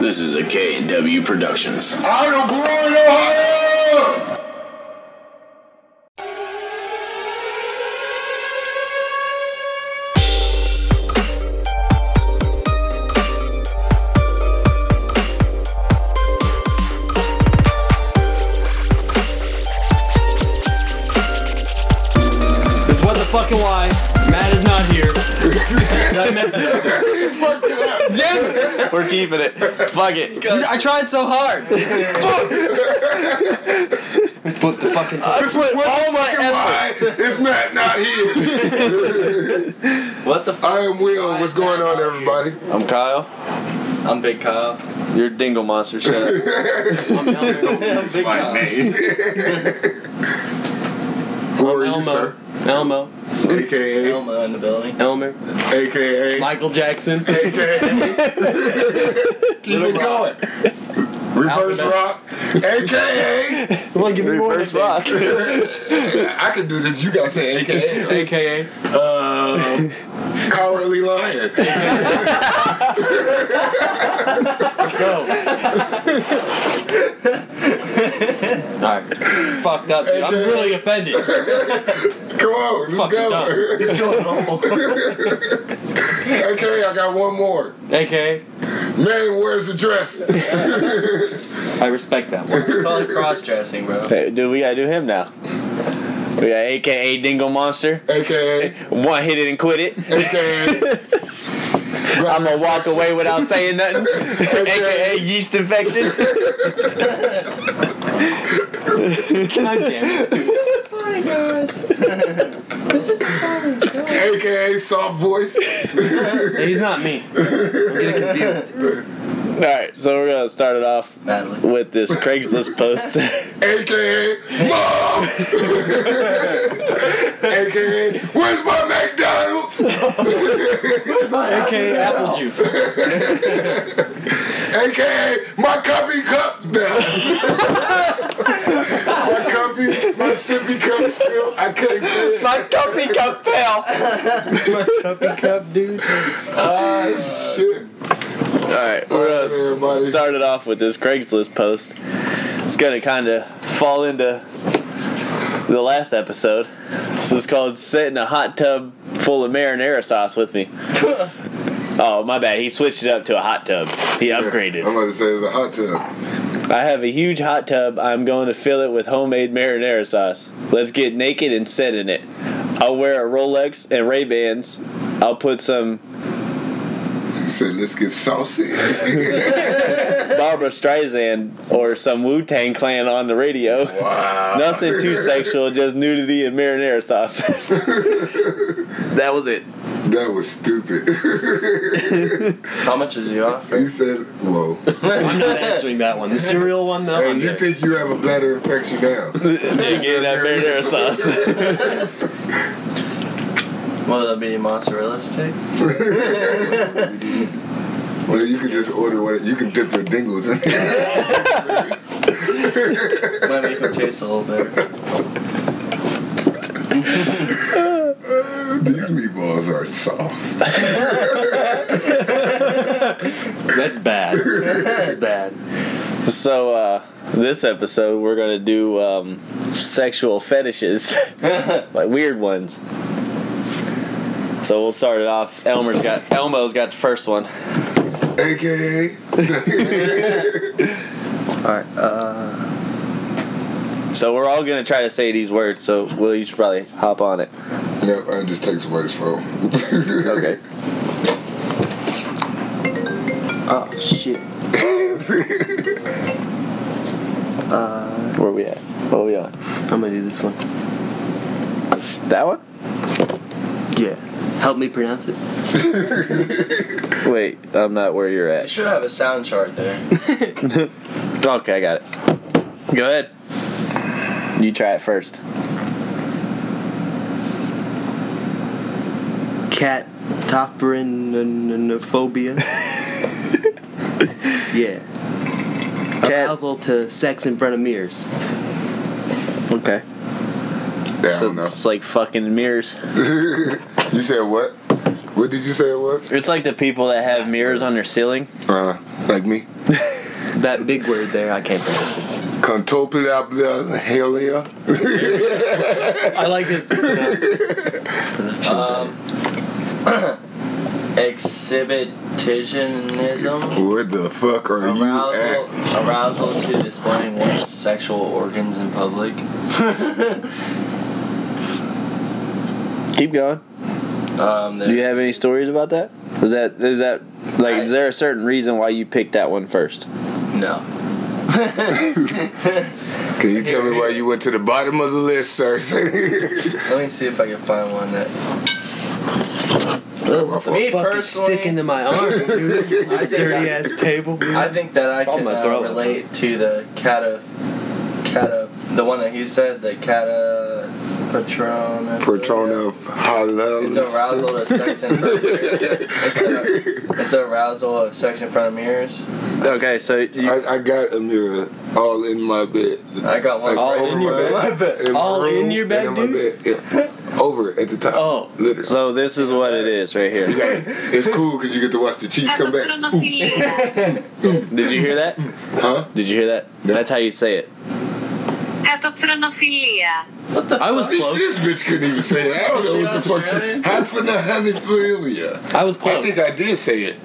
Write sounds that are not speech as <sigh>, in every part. This is a KW Productions. Out of Glory, Ohio! It's what the fucking why. Matt is not here. <laughs> Did I mess it? We're keeping it. Fuck it. I tried so hard. Put the fucking. I put all my effort. Oh, Why is Matt not here? What the? F- I am Will. What's going on, everybody? I'm Kyle. I'm Big Kyle. You're Dingle Monster. Shut up. <laughs> I'm <laughs> Elmo. I'm Big My Kyle. name. <laughs> Who are you, Elmo. sir? Elmo. AKA. Elmo in the building. Elmer. AKA. Michael Jackson. AKA. Keep it going. Reverse Alphabet. rock. <laughs> AKA. You want to give me more? Reverse rock. I can do this. You gotta say AKA. though. AKA. Um, cowardly lion. Go. Alright. Fucked up, dude. I'm really offended. Come on, let's Fucking go. dumb. He's going home. <laughs> AKA, I got one more. AKA. Man, where's the dress? I respect that one. Call it cross dressing, bro. Hey, dude, we gotta do him now. We got AKA Dingle Monster. AKA. One hit it and quit it. AKA. I'm gonna walk away without saying nothing. <laughs> AKA yeast infection. God damn it. Funny <laughs> guys. this is funny. AKA soft voice. He's not me. I'm getting confused. All right, so we're gonna start it off Madeline. with this Craigslist post. AKA Mom. <laughs> AKA Where's my McDonald's? AKA apple juice. AKA My cuppy cup. <laughs> my cuppy, my sippy cup spill. I can't say <laughs> it. My coffee cup fell. Ah, shit. All right, we're Alright, gonna everybody. started off with this Craigslist post. It's gonna kind of fall into the last episode. This is called "Sit in a Hot Tub Full of Marinara Sauce with Me." oh, my bad. He switched it up to a hot tub. He I'm upgraded. about to say it's a hot tub. I have a huge hot tub. I'm going to fill it with homemade marinara sauce. Let's get naked and sit in it. I'll wear a Rolex and Ray Bans. I'll put some He said, let's get saucy. Barbara Streisand or some Wu Tang Clan on the radio. <laughs> wow. Nothing too sexual, just nudity and marinara sauce. that was it. That was stupid. <laughs> How much is he off? he said, whoa. I'm not answering that <laughs> one. The cereal one, though. Hey, you think you have a bladder infection now? Again, that marinara sauce. Will that be mozzarella stick? Well, you can just order one. You can dip your dingles in. Might make him taste a little better. <laughs> These meatballs are soft. That's bad. That's bad. so, uh, this episode we're gonna do um, sexual fetishes, like weird ones. So we'll start it off. Elmer's got Elmo's got the first one. AKA. So we're all gonna try to say these words. So Will, you should probably hop on it. No, I just take somebody's <laughs> phone. Okay. Oh shit. Where we at? What we on? I'm gonna do this one. That one? Yeah. Help me pronounce it. Wait, I'm not where you're I at. should have a sound chart there. Okay, I got it. Go ahead. You try it first. <laughs> Cat toperinophobia. <laughs> yeah. Cat. Arousal to sex in front of mirrors. Okay. Yeah, I So don't know. it's like fucking mirrors. <laughs> You said what? What did you say it was? It's like the people that have mirrors on their ceiling. Uh, like me. That big word there, I can't pronounce it. Contopilabla I like this. Um, <coughs> exhibitionism. What the fuck are you Arousal, at? arousal to displaying one's sexual organs in <laughs> public. Keep going. um, Do there- you have any stories about that? Is that is that like I- is there a certain reason why you picked that one first? No. Can you tell me why you went to the bottom of the list, sir? <laughs> Let me see if I can find one that. That's my fault. Me Fucking personally, sticking to my arm, dude. My think dirty <laughs> I- ass <laughs> table. I think that I Oh, can my uh, throat. relate to the cata, cata, the one that you said, the cata patrona. Patrona of Halal. It's arousal to sex in front of mirrors. It's, a, it's arousal of sex in front of mirrors. Okay, so you, I, I got a mirror all in my bed. I got one. Like, right over in my your bed. room. In my All room in your and bed, my bed. <laughs> Yeah. Over at the top. Oh. Literally. so this is what it is right here. You got- it's cool because you get to watch the Chiefs come back. Pedofilia. Did you hear that? Huh? Did you hear that? No. That's how you say it. Pedofilia. What the I was This, close. this bitch couldn't even say it. I don't know what the fuck. she- How for the honeyphilia? I was I close. think I did say it.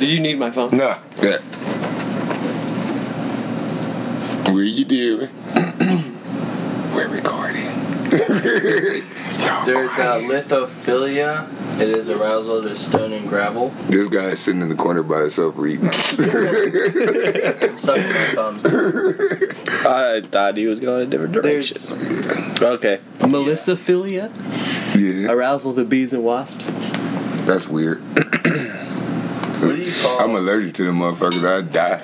Did you need my phone? Nah. Yeah. Where you doing? We're recording. <laughs> Y'all There's uh, quiet. lithophilia. It is arousal to stone and gravel. This guy is sitting in the corner by himself reading. <laughs> I'm sucking my thumb. I thought he was going a different direction. There's okay. Melissa Philia, yeah, arousal to bees and wasps. that's weird. What do you call? I'm allergic to them motherfuckers. I'd die.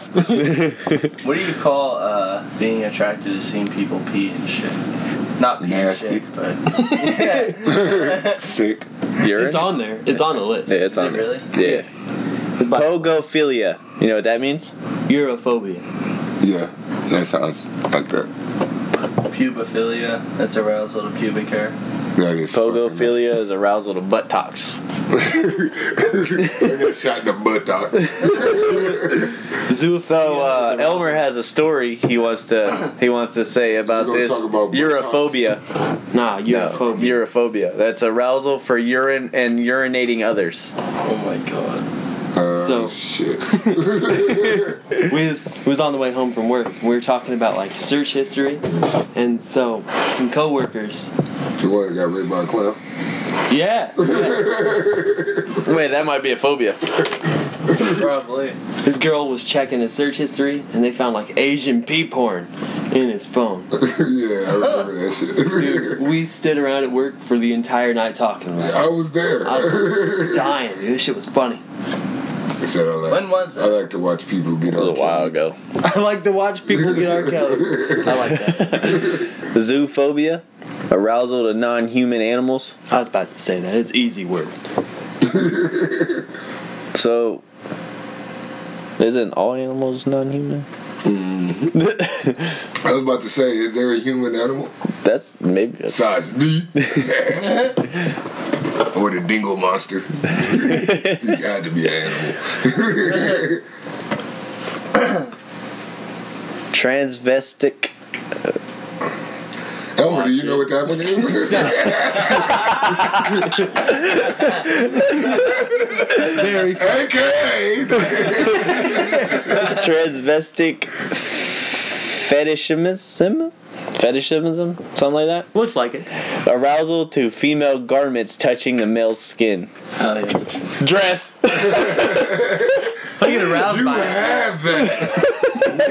What do you call uh, being attracted to seeing people pee and shit? Not pee and Nasty. shit, but yeah. Sick. Urine? It's on there. It's on the list. Yeah, it's Is on it there. really? Yeah. Pogophilia. You know what that means? Urophobia. Yeah, that sounds like that. Pubophilia. That's arousal to pubic hair. That is <laughs> Pogophilia is arousal to butt talks. fucking- I got shot in the buttocks. So uh, Zoophilia. is arousal- Elmer has a story he wants to <coughs> he wants to say about gonna this talk about butt urophobia. Nah, No, urophobia. urophobia. That's arousal for urine and urinating others. Oh my god. Uh, So- shit. we was, we was on the way home from work. We were talking about like search history, and so some coworkers. The one that got raped by a clown. <laughs> Yeah, Wait, that might be a phobia. Probably. this girl was checking his search history, and they found like Asian pee porn in his phone. yeah, I remember that <laughs> shit. We stood around at work for the entire night talking. Like, I was there. <laughs> I <laughs> was dying, dude. This shit was funny. so I like, When was I that? like to watch people get A on. little while ago. <laughs> I like to watch people get R. Kelly. <laughs> I like that. Zoophobia, arousal to non-human animals. I was about to say that. It's easy work. So, isn't all animals non-human? Mm-hmm. I was about to say, is there a human animal <laughs> That's maybe. That's, besides me? <laughs> or the dingo monster? you had to be an animal. <laughs> transvestic. Elmer, do you know what that one is? <laughs> Very f- AKA transvestic fetishism. Fetishism, something like that. looks like it. Arousal to female garments touching the male's skin. Hell yeah. Dress. <laughs> I get aroused You by it. have that.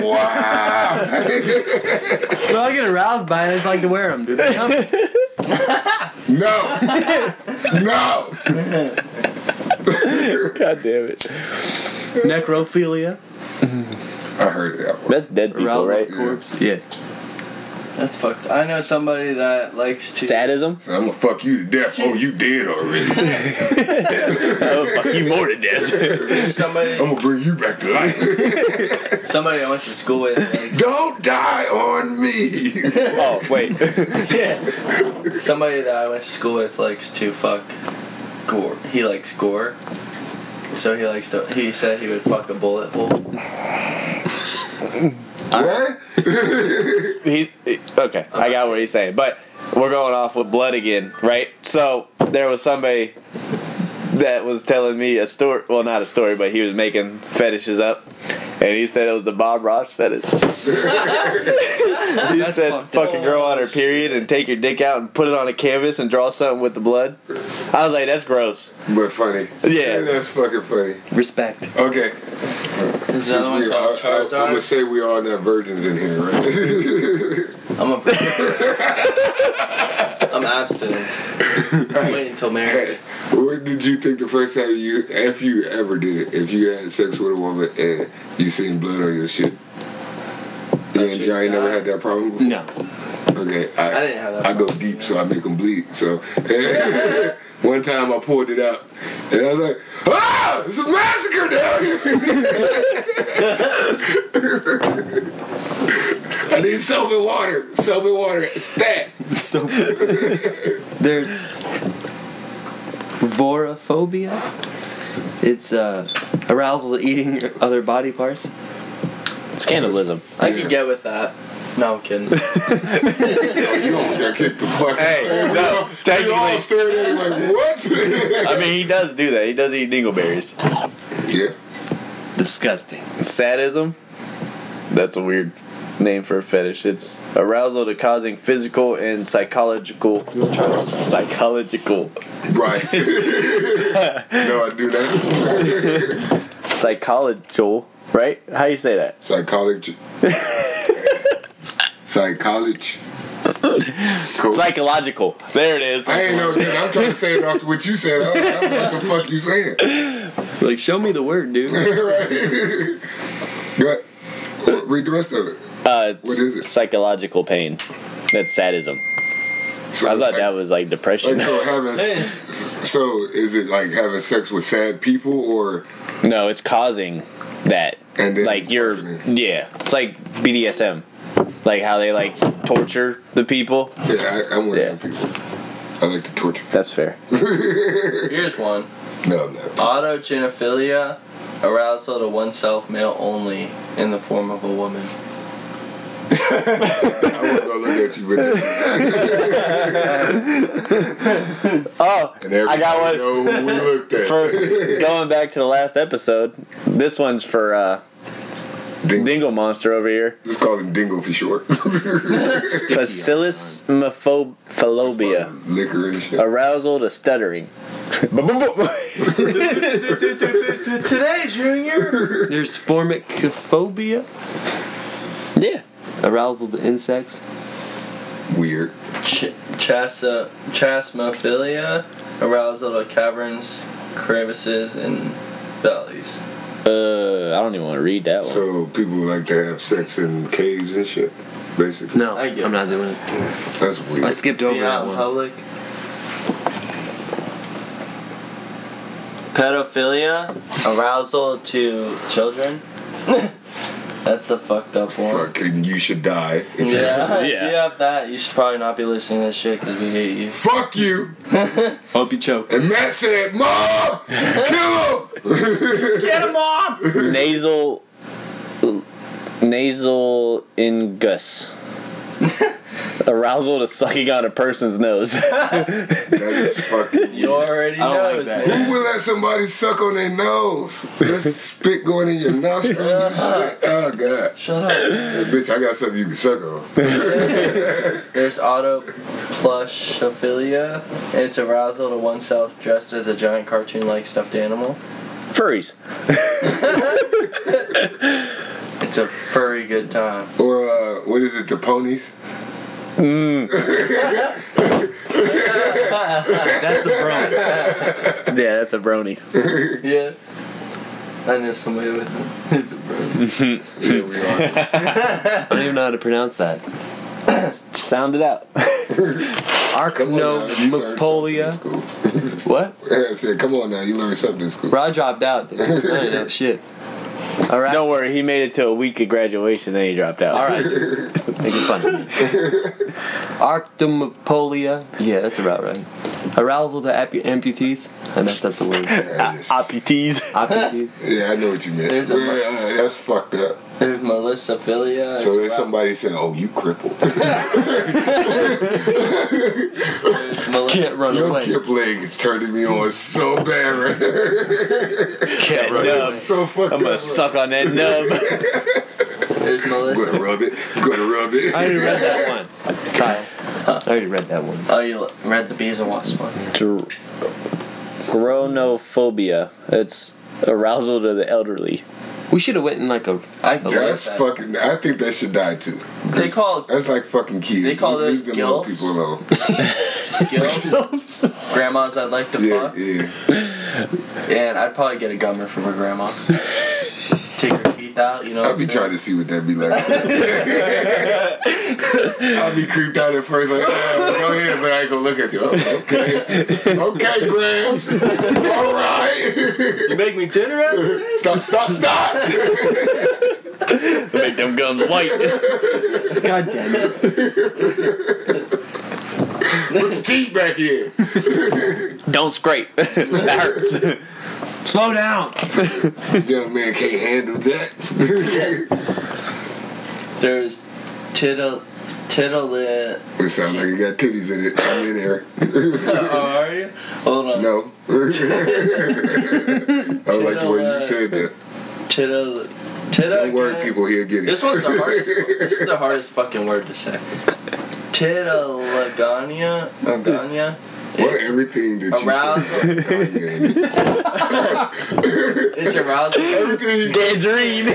wow. So I get aroused by it. I just like to wear them, dude. <laughs> no. No. God damn it. Necrophilia. I heard that one. That's dead people, Arousal right? to corpse. Yeah. That's fucked. I know somebody that likes to. Sadism. I'm gonna fuck you to death. Oh, you dead already. Oh, fuck you more to death. Somebody, I'm gonna bring you back to life. <laughs> somebody I went to school with. Likes, Don't die on me. oh wait. somebody that I went to school with likes to fuck gore. He likes gore. So he likes to. He said he would fuck a bullet hole. What? He's okay. I got what he's saying, but we're going off with blood again, right? So there was somebody that was telling me a story. Well, not a story, but he was making fetishes up, and he said it was the Bob Ross fetish. he That's said, fucked "Fuck up. a girl on her period and take your dick out and put it on a canvas and draw something with the blood." I was like, "That's gross." <laughs> But funny. Yeah. that's fucking funny. Respect. Okay. Is Since we are, I, am gonna say we are all not virgins in here, right? <laughs> I'm a. <laughs> I'm abstinent. <laughs> Wait until hey, marriage. what did you think the first time you, if you ever did it, if you had sex with a woman and you seen blood on your shit? You ain't, y'all ain't never had that problem before? No. Okay, I, I didn't have that I go problem, deep, yeah. so I make them bleed. So <laughs> one time I pulled it out, and I was like, "Ah, it's a massacre down here." <laughs> I need soap and water. Soap and water. Stat. So there's vorophobia. It's uh, arousal to eating other body parts. Scandalism. I could get with that. No, I'm kidding. Oh, You almost got kicked the fuck. Hey, out. we no, all, we all technically- stared at him like, "What?" <laughs> I mean, he does do that. He does eat dingleberries. yeah. Disgusting. sadism that's a weird name for a fetish it's arousal to causing physical and psychological psychological Right. <laughs> no, I do that. psychological right how you say that Psychology. Psychology. Cool. psychological there it is I ain't know. that. I'm trying to say it off to what you said. I was like, what the fuck you saying? Like, show me the word, dude. <laughs> right? But read the rest of it. uh, it's What is it? psychological pain that's sadism So, i thought that was like depression Like, so having. So is it like having sex with sad people or no it's causing that and then like you're yeah it's like bdsm like how they like torture the people Yeah, I, I'm one Yeah. of them people. I like to torture. <laughs> that's fair Here's one. Oh, No, I'm not. Autogenophilia, arousal to oneself, male only, in the form of a woman. I want to look at you <laughs> with it. oh and everybody I got one. know who we looked at. <laughs> for going back to the last episode, this one's for uh, Ding- Dingle Monster over here. Just call him Dingo for short. Bacillus mephophobia. <laughs> Liquor and shit. Arousal to stuttering. Today, Junior! There's formicophobia. yeah. Arousal to insects. Weird. Ch- chasa- chasmophilia, arousal to caverns, crevices, and valleys. Uh, I don't even want to read that one. So people like to have sex in caves and shit, basically. No, I get I'm not doing it. That's I weird. skipped over Being out that one. in public. Pedophilia, arousal to children. <laughs> That's the fucked up one. Fucking, you should die. If you- Yeah, if Yeah. you have that, you should probably not be listening to this shit because we hate you. Fuck you. Hope you choke. And Matt said, <laughs> Mom, kill him. Get him off! nasal. Nasal <laughs> ingus. Arousal to sucking on a person's nose. <laughs> that is <laughs> fucking. You already I don't know. like it's that. me. Who would let somebody suck on their nose? <laughs> That's spit going in your nostrils and shit. Oh, God. Shut up. Bitch, I got something you can suck on. There's auto plushophilia. It's arousal to oneself dressed as a giant cartoon like stuffed animal. Furries. It's a furry good time. Or, uh, what is it, the ponies? That's a bro. Yeah, that's a brony. Yeah. I knew somebody with him. He's a <laughs> bird. Yeah, we are. I don't even know how to pronounce that. Sound it out. <laughs> Come on now, you learned something in <laughs> Arachnopolia. school. What? I said, come on now, you learned something in school. Bro, I dropped out. Dude. I don't <laughs> know shit. All right. Don't worry, he made it to a week of graduation, then he dropped out. All right. <laughs> Make it fun. Arctomopolia. Yeah, that's about right. arousal to apu- amputees. I messed up the <laughs> word. Yeah, I just- Amputees. <laughs> Amputees. yeah, I know what you meant. There's a- Yeah, uh, that's fucked up. There's melissophilia. So there's there's somebody saying, "Oh, you crippled. There's meli- Can't run Your away. Kipling is turning me on so bad right <laughs> now. Cat nub. It's so fucked I'm <laughs> gonna up. suck on that <laughs> nub. there's I'm gonna melissa. rub it. gonna rub it. I already read that one. Kyle. I already read that one. Oh, you l- read the bees and wasps one. Dr- Chronophobia. It's arousal to the elderly. We should have went in like a. I Yeah, believe that's that. fucking. I think that should die too. They <laughs> call That's like fucking kids. They call Leave them those little gilfs? people alone. gills grandmas I'd like to Yeah, fuck, yeah. and I'd probably get a gummer from her <laughs> grandma. Take her teeth out, you know. I'll be what I'm trying to see what that <laughs> be like. I'll be creeped out at first, like, oh, go ahead, but I ain't gonna look at you. Oh, okay. Okay, <laughs> Grams. All right. saying? You make me dinner after this? stop, stop, stop. Make them gums white. God damn it. Put the teeth back in. Don't scrape. that hurts. Slow down! <laughs> Young man can't handle that. There's tittle, tittle. Oh, it sounds like it got titties in it. I'm in <laughs> there. are you? Hold on. <laughs> No. I like the way you said that. Tittle, tittle. Don't worry, people here get it. This one's the hardest. one. This is the hardest fucking word to say. Titillagania, Organia. <laughs> What It's, everything that you Arousal. said. it's arousal. everything you Tangerine.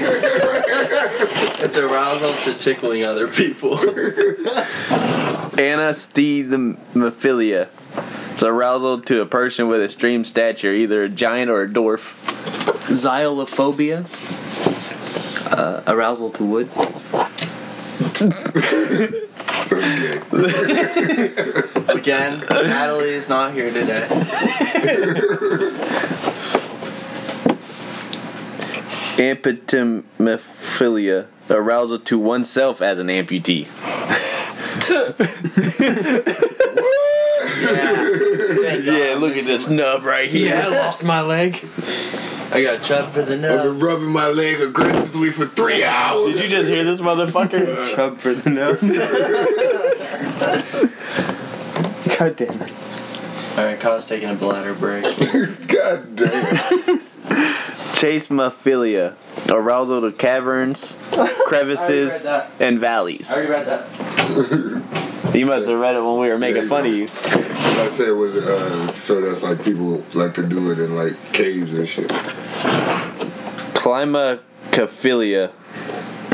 It's arousal to tickling other <laughs> people. Anasthemophilia. It's arousal to a person with extreme stature, either a giant or a dwarf. Xylophobia. Uh, arousal to wood. Okay. <laughs> Again, Natalie is not here today. Amputemophilia. Arousal to oneself as an amputee. <laughs> Yeah, look at this nub right here. I lost my leg. I got chub for the I've nose. been rubbing my leg aggressively for three hours. Did you just hear this motherfucker? <laughs> Chub for the nose. God damn it. Alright, Kyle's taking a bladder <laughs> break. God damn. Chasemophilia. Arousal to caverns, crevices, I already read and valleys. I already read that. You must have read it when we were making fun of you. I said it was uh, so that's like people like to do it in like caves and shit. Climacophilia.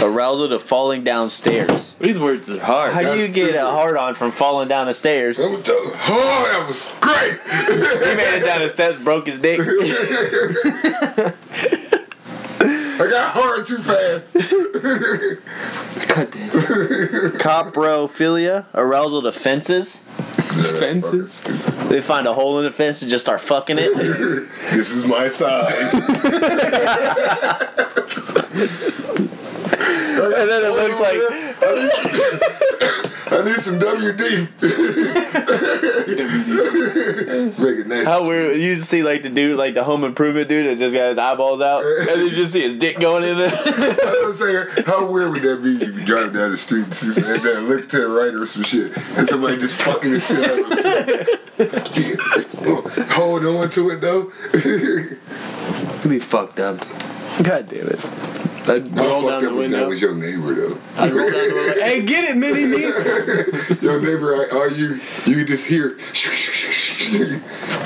Arousal to falling down stairs. These words are hard. How do you That's get stupid. a hard on from falling down the stairs? That was just, oh, that was great. <laughs> He made it down the steps, broke his dick. I got hard too fast. God damn it. Coprophilia, arousal to fences. Fences. They find a hole in the fence <laughs> and just start fucking it. This is my size. <laughs> And then it looks like I need some WD. Make it nice. how weird. You just see like the dude, like the home improvement dude, that just got his eyeballs out, and then you just see his dick going in there. <laughs> I'm saying, how weird would that be? You be driving down the street and see some, and then look to the right or some shit, and somebody just fucking the shit out of it. Hold on to it though. <laughs> You'd be fucked up. <laughs> God damn it! I'd How roll down fucked up if the that window. was your neighbor though. I'd roll down the window. <laughs> Hey, get it, Mini <laughs> Me! Your neighbor, are- are you? You can just hear. it.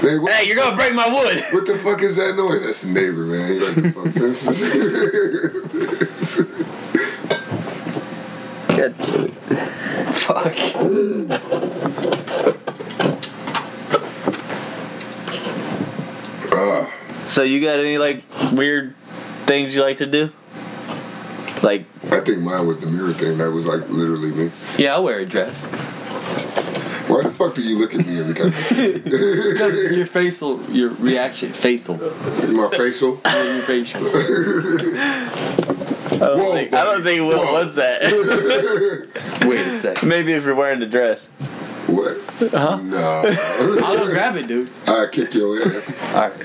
They, what, Hey, you're gonna break my wood. what the fuck is that noise? That's the neighbor, man. He like to fuck God fences. damn it. Fuck. Ah, So you got any like weird things you like to do? Like <laughs> I think mine was the mirror thing. That was like literally me. Yeah, I'll wear a dress. Why the fuck do you look at me every time? <laughs> Because your facial, your reaction, facial. My <laughs> facial. <laughs> Your facial. I don't, Whoa, think, I don't think Will whoa. <laughs> was that. Wait a second. Maybe if you're wearing the dress. What? Uh-huh. No. I'll go <laughs> grab it, dude. I kick your ass. All right.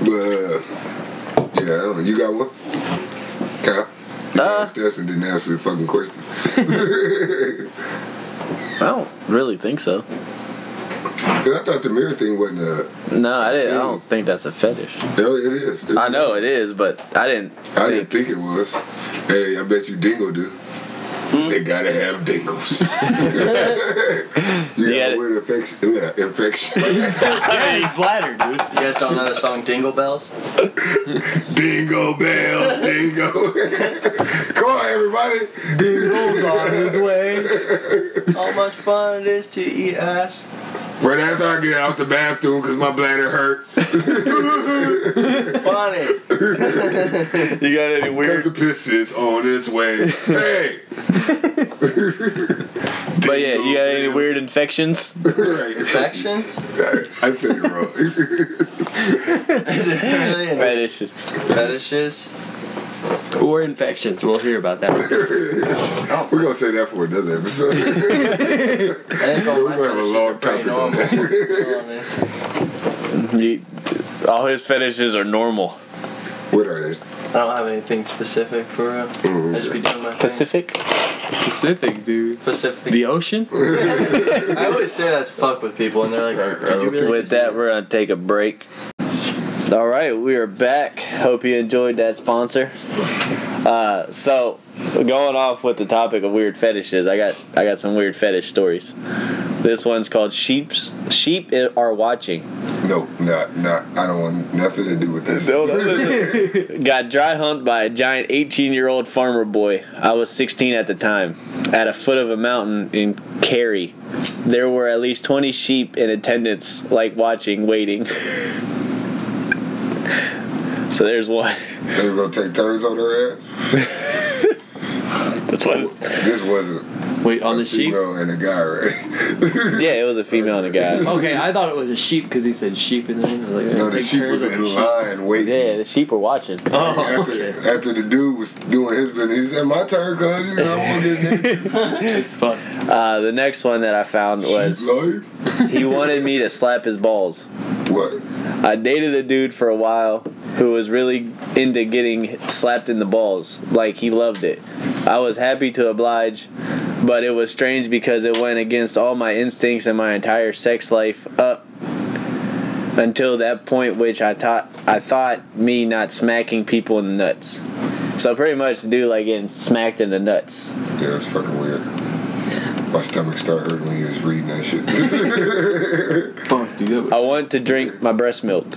But uh, yeah, I don't know. you got one? Kyle? Uh. Stetson didn't answer the fucking question. <laughs> I don't really think so. 'Cause I thought the mirror thing wasn't a. No, I didn't. I don't think that's a fetish. No, it is. I know it is, but I didn't. I didn't think it was. Hey, I bet you Dingo do. Hmm? They gotta have <laughs> <laughs> dingoes. you Yeah. got a weird infection. Yeah, infection. <laughs> Yeah, he's bladder, dude. You guys don't know the song Dingle Bells? <laughs> dingo bell, dingo. <laughs> Come on, everybody. Dingo's on his way. How much fun it is to E eat ass. Right after I get out the bathroom because my bladder hurt. Funny. You got any weird? Because the piss is on its <laughs> way. Hey! But yeah, you got any Dingo weird infections? Right. Infections? I said it wrong. Is it really in Fetishes. fetishes? Or infections. We'll hear about that. We're gonna say that for another <laughs> episode. I think all my We're gonna have a long fetishes are pretty topic on normal. that. to be honest. You, all his fetishes are normal. What are they? I don't have anything specific for real. I just be doing my thing. Pacific. Pacific, dude. Pacific. The ocean? I always say that to fuck with people, and they're like, I- I "Did you don't really?" With that, we're gonna take a break. All right, we are back. Hope you enjoyed that sponsor. Uh, so, going off with the topic of weird fetishes, I got I got some weird fetish stories. This one's called sheep's sheep i- are watching. No, not, not. I don't want nothing to do with this. Got dry humped by a giant 18 year old farmer boy. I was 16 at the time. At a foot of a mountain in Kerry, there were at least 20 sheep in attendance, like watching, waiting. <laughs> so there's one. They were gonna take turns on their ass. That's one. This wasn't Wait, on a the sheep? female and a guy, right? Yeah, it was a female and a guy. Okay, I thought it was a sheep because he said sheep in there. I was like, no, "I'll the take sheep turns was on the in sheep." line waiting. Yeah, the sheep were watching. Oh, After, after the dude was doing his business, he said, "My turn, cuz you know I'm gonna get <laughs> this it's fun. Uh, the next one that I found was life." he wanted me to slap his balls. What? I dated a dude for a while who was really into getting slapped in the balls. Like he loved it. I was happy to oblige, but it was strange because it went against all my instincts and my entire sex life up until that point which I thought I thought me not smacking people in the nuts. So pretty much the dude like getting smacked in the nuts. Yeah, it's fucking weird. My stomach started hurting when he was reading that shit. <laughs> Fuck, dude. That was- I want to drink my breast milk.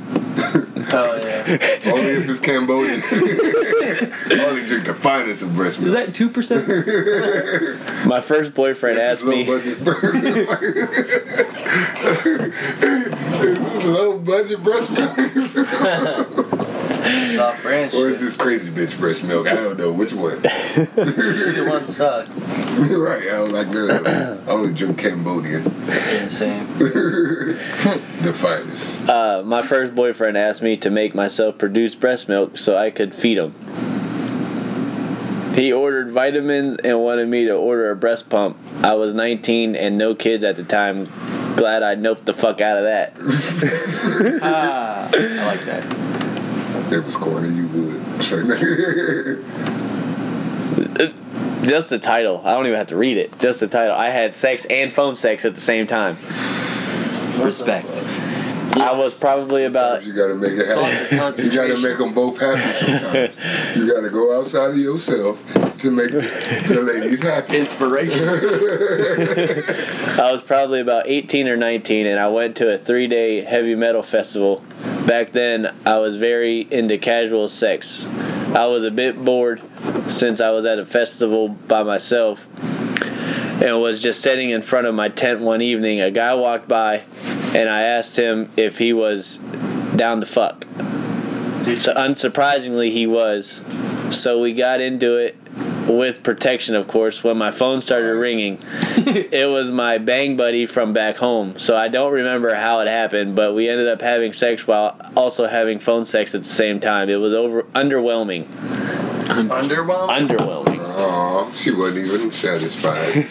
Oh yeah. Only if it's Cambodian. <laughs> Only drink the finest of breast Is milk. that <laughs> 2%? My first boyfriend This asked low me budget. <laughs> is this low budget breast milk? It's off brand Or is shit. this crazy bitch breast milk? I don't know which one. <laughs> right, Either one sucks. I don't like none of that. I only drink Cambodian, Yeah, same. <laughs> the finest. Uh, my first boyfriend asked me to make myself produce breast milk so I could feed him. He ordered vitamins and wanted me to order a breast pump. I was 19 and no kids at the time. Glad I noped the fuck out of that. Ah, I like that. It was corny, you would. Say <laughs> Just the title. I don't even have to read it. Just the title. I had sex and phone sex at the same time. Respect. I was probably about you gotta make it happen. You gotta make them both happy sometimes. you gotta go outside of yourself to make the ladies happy. <laughs> Inspiration. <laughs> I was probably about 18 or 19, and I went to a three day heavy metal festival. Back then, I was very into casual sex. I was a bit bored since I was at a festival by myself and was just sitting in front of my tent one evening. A guy walked by, and I asked him if he was down to fuck. So, unsurprisingly, he was. So we got into it with protection, of course, when my phone started ringing. it was my bang buddy from back home. So I don't remember how it happened, but we ended up having sex while also having phone sex at the same time. It was over underwhelming. Underwhelmed. Underwhelming. Aw, she wasn't even satisfied.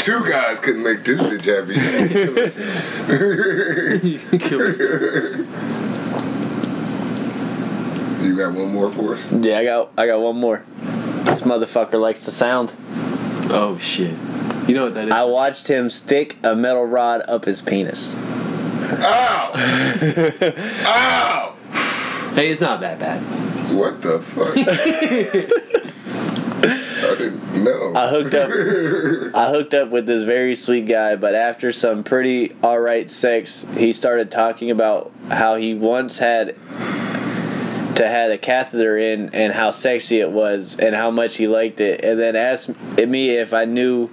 Two guys couldn't make this bitch happy. She had to kill herself. you got one more for us? Yeah, I got I got one more. This motherfucker likes the sound. Oh shit. You know what that is? I watched him stick a metal rod up his penis. Ow! Ow! hey, it's not that bad. What the fuck? I didn't know. I hooked up I hooked up with this very sweet guy, but after some pretty alright sex, he started talking about how he once had to had a catheter in and how sexy it was and how much he liked it and then asked me if I knew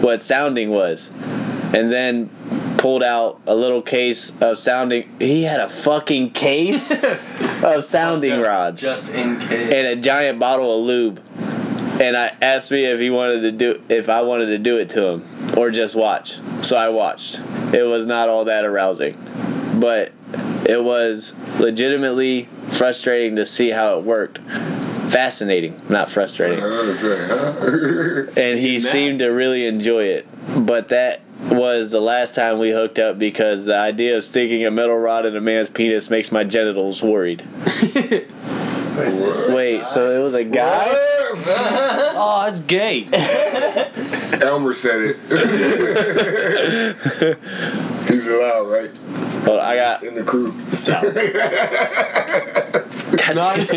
what sounding was. And then pulled out a little case of sounding he had a fucking <laughs> case of sounding rods Just in case. and a giant bottle of lube. And I asked me if he wanted to do if I wanted to do it to him or just watch. So I watched. It was not all that arousing, but it was legitimately frustrating to see how it worked. Fascinating, not frustrating. I was like, huh? And he seemed to really enjoy it. But that was the last time we hooked up because the idea of sticking a metal rod in a man's penis makes my genitals worried. Wait, so it was a guy? Oh, it's gay. Elmer said it. <laughs> He's allowed, right? Hold on, I got In the crew. Stop. Not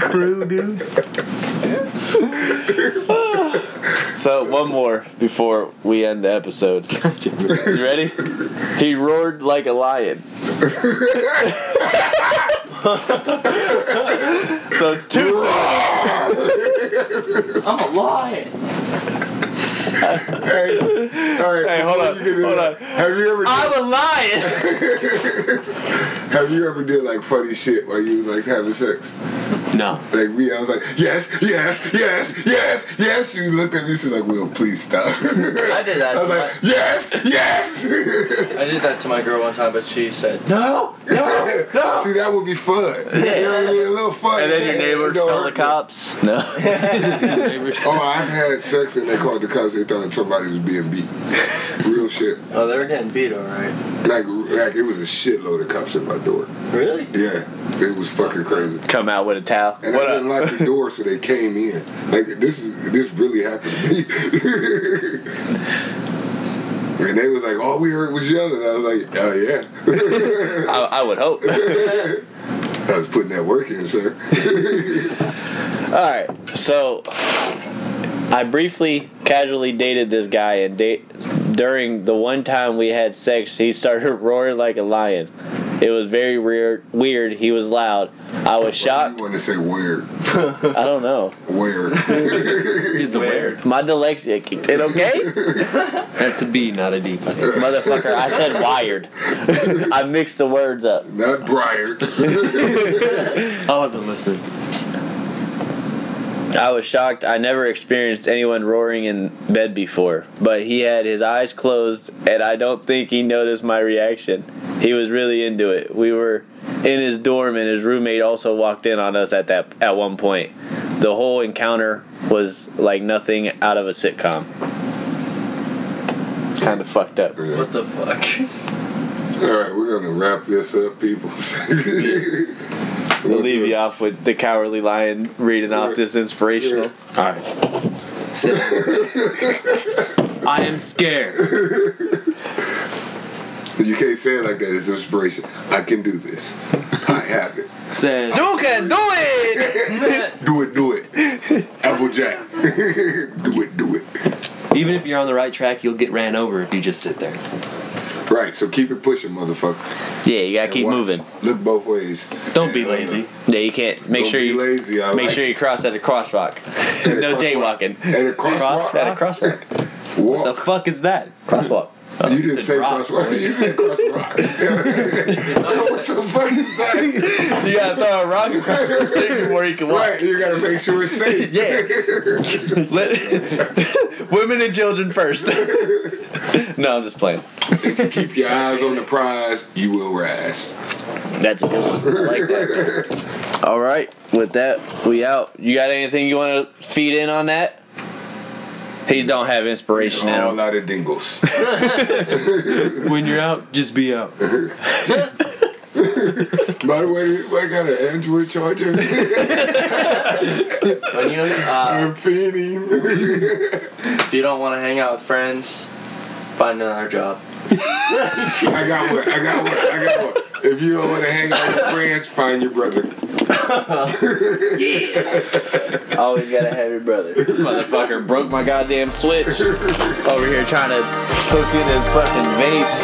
crew, dude. So one more before we end the episode. You ready? He roared like a lion. so two. I'm a lion. Hey, all right. Hey, hold before on, you get in, hold on. Have you ever I'm a lion. have you ever did like funny shit while you was like having sex? No. Like me, I was like, yes, yes, yes, yes, yes. She looked at me, she's like, Will, please stop. I did <laughs> that I was to like, yes, yes. I did that to my girl one time, but she said, No, no, no. <laughs> See, that would be fun. <laughs> You know what I mean? A little fun. And then your neighbor Don't called the hurt me. cops. No. Oh, I've had sex and they called the cops. They thought somebody was being <laughs> beat. Real shit. Oh, they were getting beat, all right. Like, like it was a shitload of cops at my door. Really? Yeah, it was fucking crazy. Come out with a towel. And What I up? didn't lock the door, so they came in. Like this is this really happened to me. <laughs> and they was like, "All we heard was yelling." I was like, "Oh yeah, <laughs> I, I would hope. I was putting that work in, sir." <laughs> All right, so I briefly, casually dated this guy, and da- during the one time we had sex, he started <laughs> roaring like a lion. It was very weird. Weird. He was loud. I was You shocked. want to say weird, I don't know. weird? He's a weird. My dyslexia kicked in. Okay, That's a B, not a D. motherfucker. I said wired. I mixed the words up. <laughs> Not Briar. <laughs> I wasn't listening. I was shocked. I never experienced anyone roaring in bed before, but he had his eyes closed, and I don't think he noticed my reaction. He was really into it. We were in his dorm, and his roommate also walked in on us at that at one point. The whole encounter was like nothing out of a sitcom. It's kind of fucked up. What the fuck? All right, we're gonna wrap this up, people. <laughs> We'll leave you off with the cowardly lion reading off this inspirational. All right. I am scared. You can't say it like that. It's inspiration. I can do this. I have it. Says You can do it. Do it, do it. Applejack. <laughs> do it, do it. even if you're on the right track, you'll get ran over if you just sit there. Right, so keep it pushing, motherfucker. Yeah, you gotta And keep watch. moving. Look both ways. Don't be lazy. Yeah, you can't. Make Don't sure be you lazy. I Make like sure you cross at a crosswalk. <laughs> a no crosswalk. jaywalking. it. And a crosswalk. At a crosswalk. Walk. The fuck is that? Crosswalk. you didn't say rock. crosswalk. You <laughs> said crosswalk. what the fuck is that? You gotta throw a rock across the <laughs> thing before you can walk. <laughs> Right, you gotta make sure it's safe. Yeah. Let- <laughs> women and children <laughs> first. no, I'm just playing. Keep your eyes on the prize. You will rise. That's a good one. I like that. All right. With that, we out. You got anything you want to feed in on that? He don't have inspiration in All him. out of dingles. When you're out, just be out. By the way, I got an Android charger. <laughs> When you, uh, I'm <laughs> feeding. if you don't want to hang out with friends, find another job. I got one. I got one. I got one. If you don't want to hang out with friends, find your brother. <laughs> Always gotta have your brother. <laughs> Motherfucker broke my goddamn switch over here trying to hook in his fucking vape.